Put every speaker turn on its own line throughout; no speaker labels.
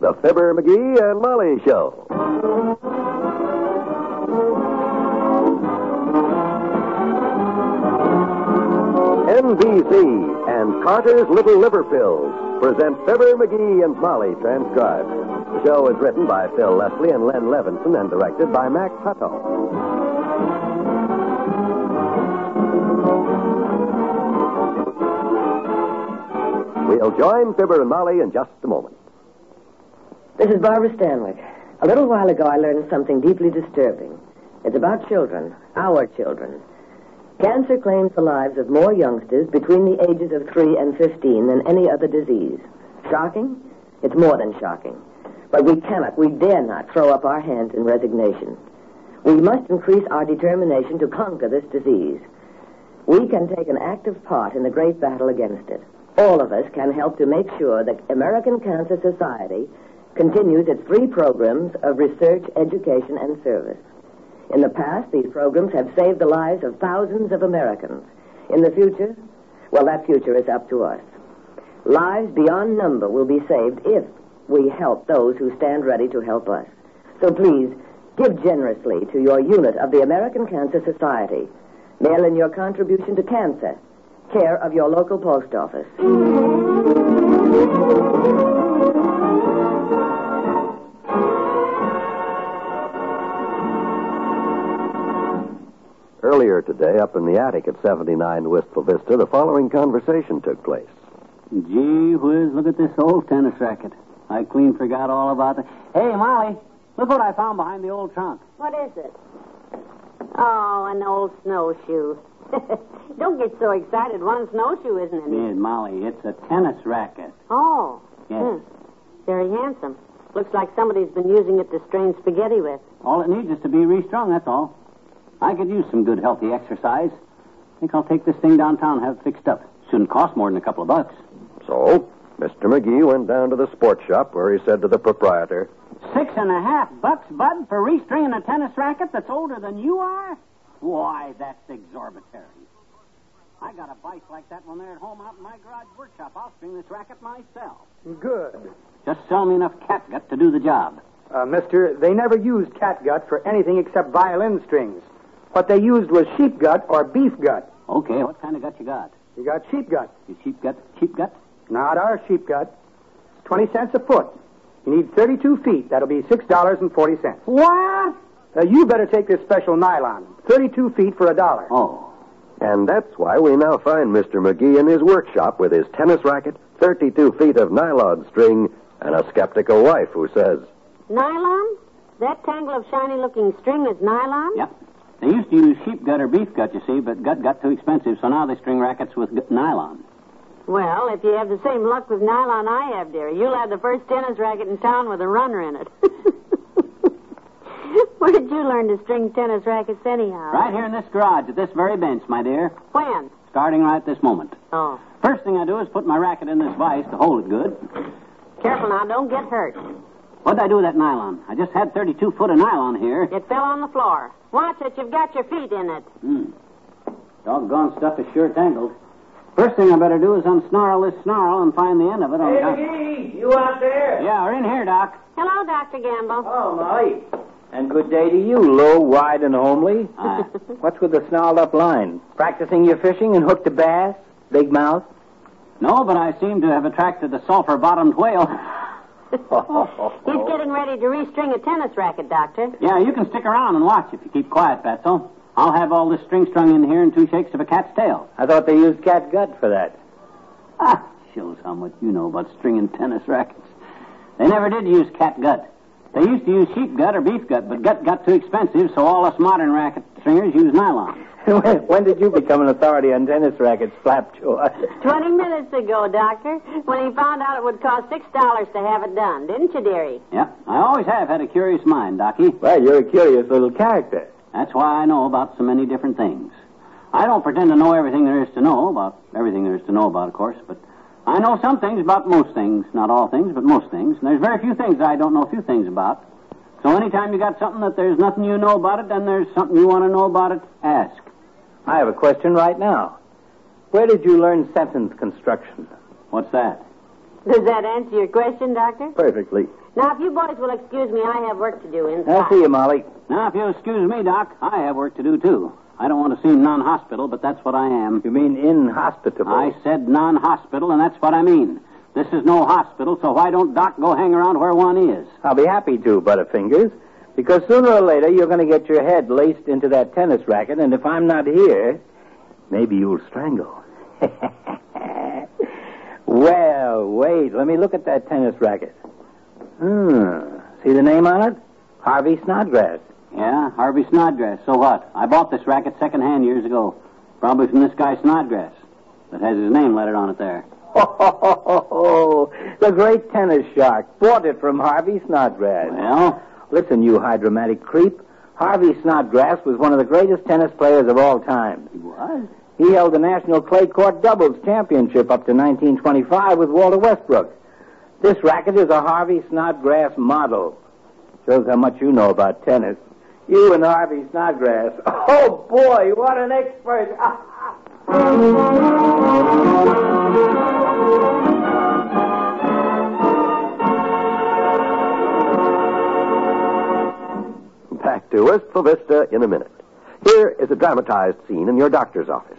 The Fibber, McGee, and Molly Show. NBC and Carter's Little Liver Pills present Fibber, McGee, and Molly transcribed. The show is written by Phil Leslie and Len Levinson and directed by Mac Tuttle. We'll join Fibber and Molly in just a moment.
This is Barbara Stanwyck. A little while ago, I learned something deeply disturbing. It's about children, our children. Cancer claims the lives of more youngsters between the ages of 3 and 15 than any other disease. Shocking? It's more than shocking. But we cannot, we dare not throw up our hands in resignation. We must increase our determination to conquer this disease. We can take an active part in the great battle against it. All of us can help to make sure that American Cancer Society continues its three programs of research, education, and service. In the past, these programs have saved the lives of thousands of Americans. In the future, well, that future is up to us. Lives beyond number will be saved if we help those who stand ready to help us. So please, give generously to your unit of the American Cancer Society. Mail in your contribution to cancer, care of your local post office.
Earlier today, up in the attic at 79 Wistful Vista, the following conversation took place.
Gee whiz, look at this old tennis racket. I clean forgot all about it. Hey, Molly, look what I found behind the old trunk.
What is it? Oh, an old snowshoe. Don't get so excited. One snowshoe isn't any.
Yeah, Molly, it's a tennis racket.
Oh.
Yes.
Hmm. Very handsome. Looks like somebody's been using it to strain spaghetti with.
All it needs is to be restrung, that's all. I could use some good, healthy exercise. Think I'll take this thing downtown and have it fixed up. Shouldn't cost more than a couple of bucks.
So, Mr. McGee went down to the sports shop where he said to the proprietor,
Six and a half bucks, Bud, for restringing a tennis racket that's older than you are? Why, that's exorbitant. I got a bike like that when they're at home out in my garage workshop. I'll string this racket myself.
Good.
Just sell me enough catgut to do the job.
Uh, mister, they never used catgut for anything except violin strings. What they used was sheep gut or beef gut.
Okay, what kind of gut you got?
You got sheep gut.
You sheep gut, sheep gut?
Not our sheep gut. It's 20 cents a foot. You need 32 feet. That'll be $6.40.
What?
Uh, you better take this special nylon. 32 feet for a dollar.
Oh,
and that's why we now find Mr. McGee in his workshop with his tennis racket, 32 feet of nylon string, and a skeptical wife who says,
Nylon? That tangle of shiny looking string is nylon?
yep. They used to use sheep gut or beef gut, you see, but gut got too expensive, so now they string rackets with gut nylon.
Well, if you have the same luck with nylon I have, dear, you'll have the first tennis racket in town with a runner in it. Where'd you learn to string tennis rackets anyhow?
Right here in this garage, at this very bench, my dear.
When?
Starting right this moment.
Oh.
First thing I do is put my racket in this vise to hold it good.
Careful now, don't get hurt.
What'd I do with that nylon? I just had 32 foot of nylon here.
It fell on the floor. Watch it, you've got your feet in it.
Hmm. Doggone stuff is sure tangled. First thing I better do is unsnarl this snarl and find the end of it. on top.
McGee, you out there?
Yeah, we're in here, Doc.
Hello, Dr. Gamble.
Oh, Molly. And good day to you, low, wide, and homely.
Ah.
What's with the snarled up line? Practicing your fishing and hooked a bass? Big mouth?
no, but I seem to have attracted the sulfur bottomed whale.
He's getting ready to restring a tennis racket, Doctor.
Yeah, you can stick around and watch if you keep quiet, Fatso. I'll have all this string strung in here in two shakes of a cat's tail.
I thought they used cat gut for that.
Ah, shows how much you know about stringing tennis rackets. They never did use cat gut. They used to use sheep gut or beef gut, but gut got too expensive, so all us modern racket stringers use nylon.
when, when did you become an authority on tennis rackets, Flapjaw?
Twenty minutes ago, Doctor, when he found out it would cost six dollars to have it done, didn't you, dearie?
Yep, I always have had a curious mind, Docky.
well, you're a curious little character.
That's why I know about so many different things. I don't pretend to know everything there is to know about everything there is to know about, of course, but I know some things about most things. Not all things, but most things. And there's very few things I don't know a few things about. So anytime you got something that there's nothing you know about it, then there's something you want to know about it, ask.
I have a question right now. Where did you learn sentence construction?
What's that?
Does that answer your question, Doctor?
Perfectly.
Now, if you boys will excuse me, I have work to do inside.
I'll see you, Molly.
Now, if you'll excuse me, Doc, I have work to do, too. I don't want to seem non hospital, but that's what I am.
You mean inhospitable?
I said non hospital, and that's what I mean. This is no hospital, so why don't Doc go hang around where one is?
I'll be happy to, Butterfingers, because sooner or later you're going to get your head laced into that tennis racket, and if I'm not here, maybe you'll strangle. well, wait, let me look at that tennis racket. Hmm. See the name on it? Harvey Snodgrass.
Yeah, Harvey Snodgrass. So what? I bought this racket secondhand years ago. Probably from this guy Snodgrass. That has his name lettered on it there.
Oh, the great tennis shark bought it from Harvey Snodgrass.
Well,
Listen, you hydromatic creep. Harvey Snodgrass was one of the greatest tennis players of all time.
he was.
He held the National Clay Court Doubles Championship up to 1925 with Walter Westbrook. This racket is a Harvey Snodgrass model. Shows how much you know about tennis. You and Harvey Snodgrass. Oh, boy, what an expert.
Back to Wistful Vista in a minute. Here is a dramatized scene in your doctor's office.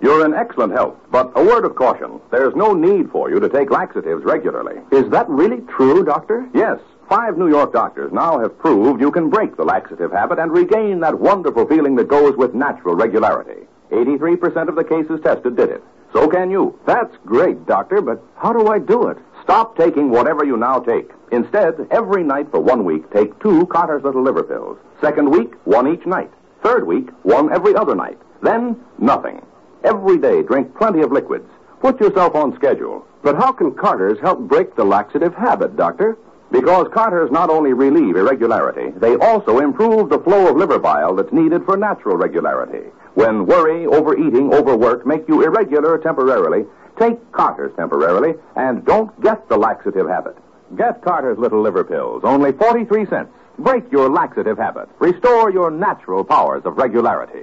You're in excellent health, but a word of caution. There's no need for you to take laxatives regularly.
Is that really true, Doctor?
Yes, five New York doctors now have proved you can break the laxative habit and regain that wonderful feeling that goes with natural regularity. 83% of the cases tested did it. So can you.
That's great, Doctor, but how do I do it?
Stop taking whatever you now take. Instead, every night for one week, take two Cotter's Little Liver pills. Second week, one each night. Third week, one every other night. Then, nothing. Every day, drink plenty of liquids. Put yourself on schedule.
But how can Carter's help break the laxative habit, Doctor?
Because Carters not only relieve irregularity, they also improve the flow of liver bile that's needed for natural regularity. When worry, overeating, overwork make you irregular temporarily, take Carters temporarily and don't get the laxative habit. Get Carter's Little Liver Pills, only 43 cents. Break your laxative habit. Restore your natural powers of regularity.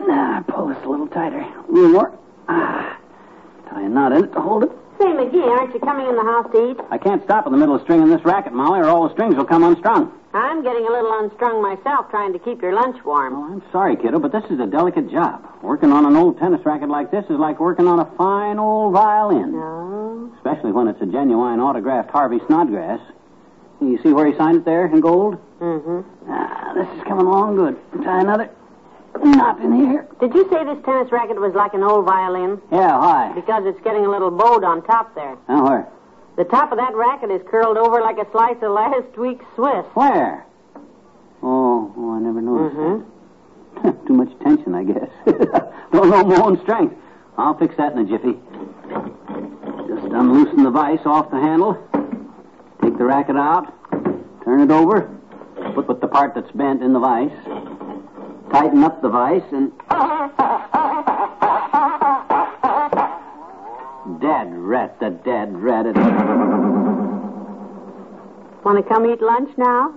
Nah, pull this a little tighter. A little more. Ah. Tie a knot in it to hold it.
Say, McGee, aren't you coming in the house to eat?
I can't stop in the middle of stringing this racket, Molly, or all the strings will come unstrung.
I'm getting a little unstrung myself trying to keep your lunch warm.
Well, I'm sorry, kiddo, but this is a delicate job. Working on an old tennis racket like this is like working on a fine old violin.
No.
Especially when it's a genuine autographed Harvey Snodgrass. You see where he signed it there in gold?
Mm-hmm.
Ah, this is coming along good. Tie another knot in here.
Did you say this tennis racket was like an old violin?
Yeah, why?
Because it's getting a little bowed on top there.
Now, where?
The top of that racket is curled over like a slice of last week's Swiss.
Where? Oh, oh I never noticed
Mhm.
that. Too much tension, I guess. Don't know my own strength. I'll fix that in a jiffy. Just unloosen the vise off the handle. Take the racket out. Turn it over. Put, put the part that's bent in the vise. Tighten up the vise and. Dead rat, the dead rat. It...
Want to come eat lunch now?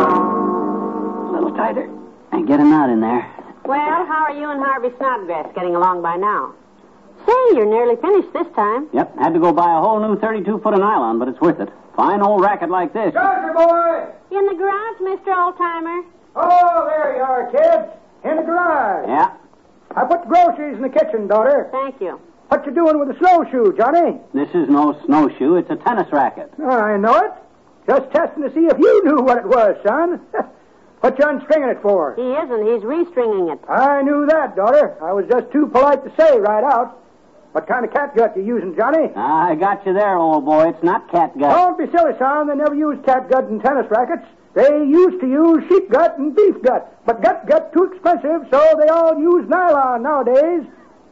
A little tighter. And get a knot in there.
Well, how are you and Harvey Snodgrass getting along by now? Say, you're nearly finished this time.
Yep, had to go buy a whole new 32 foot of nylon, but it's worth it. Fine old racket like this.
Doctor boy!
In the garage, Mr. Oldtimer.
Oh, there you are, kids. In the garage.
Yeah,
I put the groceries in the kitchen, daughter.
Thank you.
What you doing with the snowshoe, Johnny?
this is no snowshoe. It's a tennis racket.
I know it. Just testing to see if you knew what it was, son. what you unstringing it for?
He isn't. He's restringing it.
I knew that, daughter. I was just too polite to say right out. What kind of catgut you using, Johnny?
Ah, I got you there, old boy. It's not catgut.
Don't be silly, son. They never used catgut in tennis rackets. They used to use sheep gut and beef gut, but gut gut too expensive, so they all use nylon nowadays.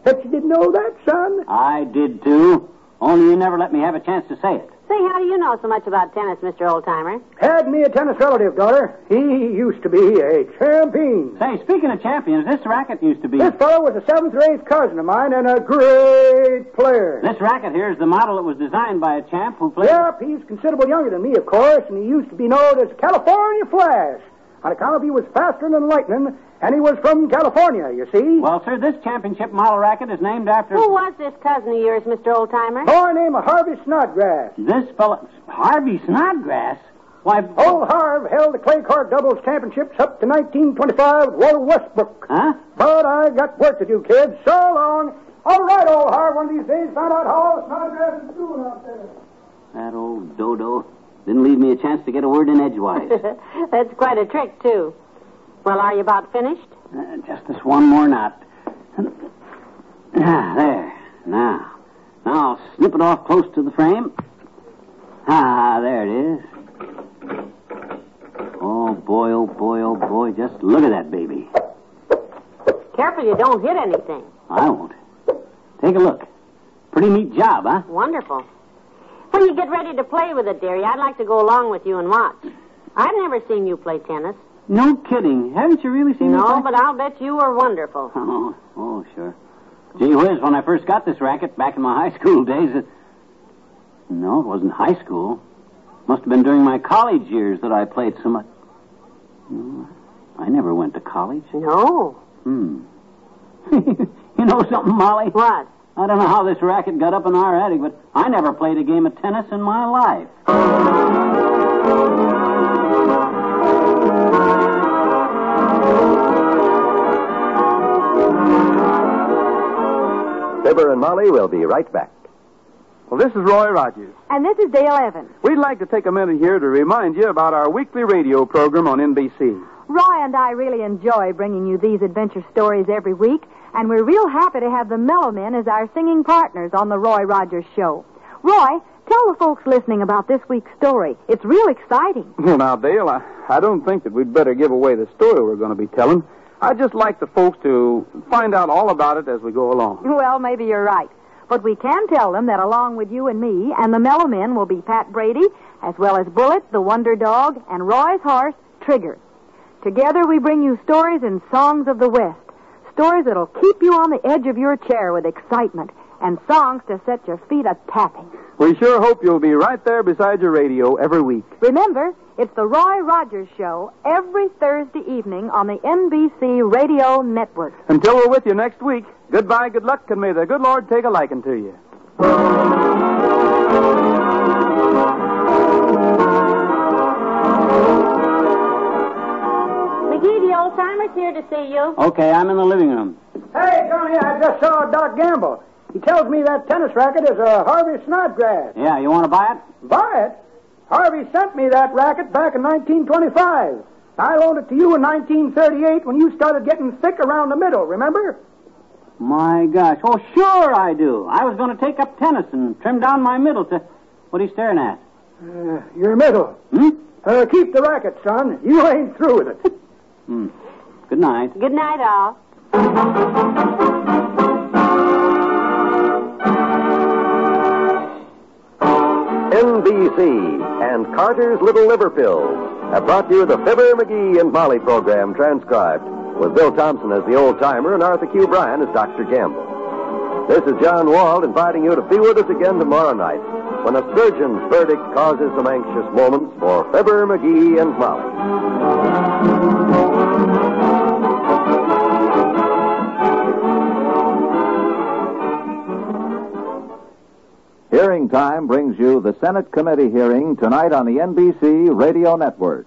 Bet you didn't know that, son.
I did too. Only you never let me have a chance to say it.
Say, how do you know so much about tennis, Mr. Oldtimer?
Had me a tennis relative, daughter. He used to be a champion.
Say, speaking of champions, this racket used to be.
This fellow was a seventh or eighth cousin of mine and a great player.
This racket here is the model that was designed by a champ who played.
Yep, he's considerable younger than me, of course, and he used to be known as California Flash on account of he was faster than lightning, and he was from California, you see.
Well, sir, this championship model racket is named after
Who was this cousin of yours, Mr. Oldtimer?
Boy named Harvey Snodgrass.
this fellow, Harvey Snodgrass. Why,
Old Harv held the clay court doubles championships up to 1925 with Walter Westbrook.
huh?
But I got work to do, kids. So long. All right, old Harv, one of these days, find out how Snodgrass is doing out there.
That old dodo didn't leave me a chance to get a word in edgewise.
That's quite a trick, too. Well, are you about finished?
Uh, just this one more knot. Ah, there. Now, now I'll snip it off close to the frame. Ah, there it is. Oh boy, oh boy, oh boy! Just look at that baby.
Careful you don't hit anything.
I won't. Take a look. Pretty neat job, huh?
Wonderful. When you get ready to play with it, dearie, I'd like to go along with you and watch. I've never seen you play tennis.
No kidding. Haven't you really seen
No,
me?
but I'll bet you were wonderful.
Oh, oh, sure. Gee whiz, when I first got this racket back in my high school days, it... No, it wasn't high school. Must have been during my college years that I played so much. No, I never went to college.
No.
Hmm. you know something, Molly?
What?
I don't know how this racket got up in our attic, but I never played a game of tennis in my life.
Fibber and Molly will be right back.
Well, this is Roy Rogers.
And this is Dale Evans.
We'd like to take a minute here to remind you about our weekly radio program on NBC.
Roy and I really enjoy bringing you these adventure stories every week, and we're real happy to have the Mellow Men as our singing partners on the Roy Rogers Show. Roy, tell the folks listening about this week's story. It's real exciting.
Well, now, Dale, I, I don't think that we'd better give away the story we're going to be telling. I'd just like the folks to find out all about it as we go along.
Well, maybe you're right. But we can tell them that along with you and me and the Mellow Men will be Pat Brady, as well as Bullet, the Wonder Dog, and Roy's horse, Trigger. Together we bring you stories and songs of the West. Stories that'll keep you on the edge of your chair with excitement, and songs to set your feet a tapping.
We sure hope you'll be right there beside your radio every week.
Remember, it's the Roy Rogers Show every Thursday evening on the NBC Radio Network.
Until we're with you next week, goodbye, good luck, and may the good Lord take a liking to you.
McGee, the old timer's here to see you.
Okay, I'm in the living room.
Hey, Johnny, I just saw Doc Gamble. He tells me that tennis racket is a Harvey Snodgrass.
Yeah, you want to buy it?
Buy it? Harvey sent me that racket back in 1925. I loaned it to you in 1938 when you started getting thick around the middle, remember?
My gosh. Oh, sure I do. I was going to take up tennis and trim down my middle to... What are you staring at?
Uh, your middle.
Hmm?
Uh, keep the racket, son. You ain't through with it.
Hmm. Good night.
Good night, all.
NBC and Carter's Little Liver Pills have brought you the Fibber, McGee, and Molly program transcribed with Bill Thompson as the old timer and Arthur Q. Bryan as Dr. Gamble. This is John Wald inviting you to be with us again tomorrow night when a surgeon's verdict causes some anxious moments for Fibber, McGee, and Molly.
Hearing time brings you the Senate committee hearing tonight on the NBC Radio Network.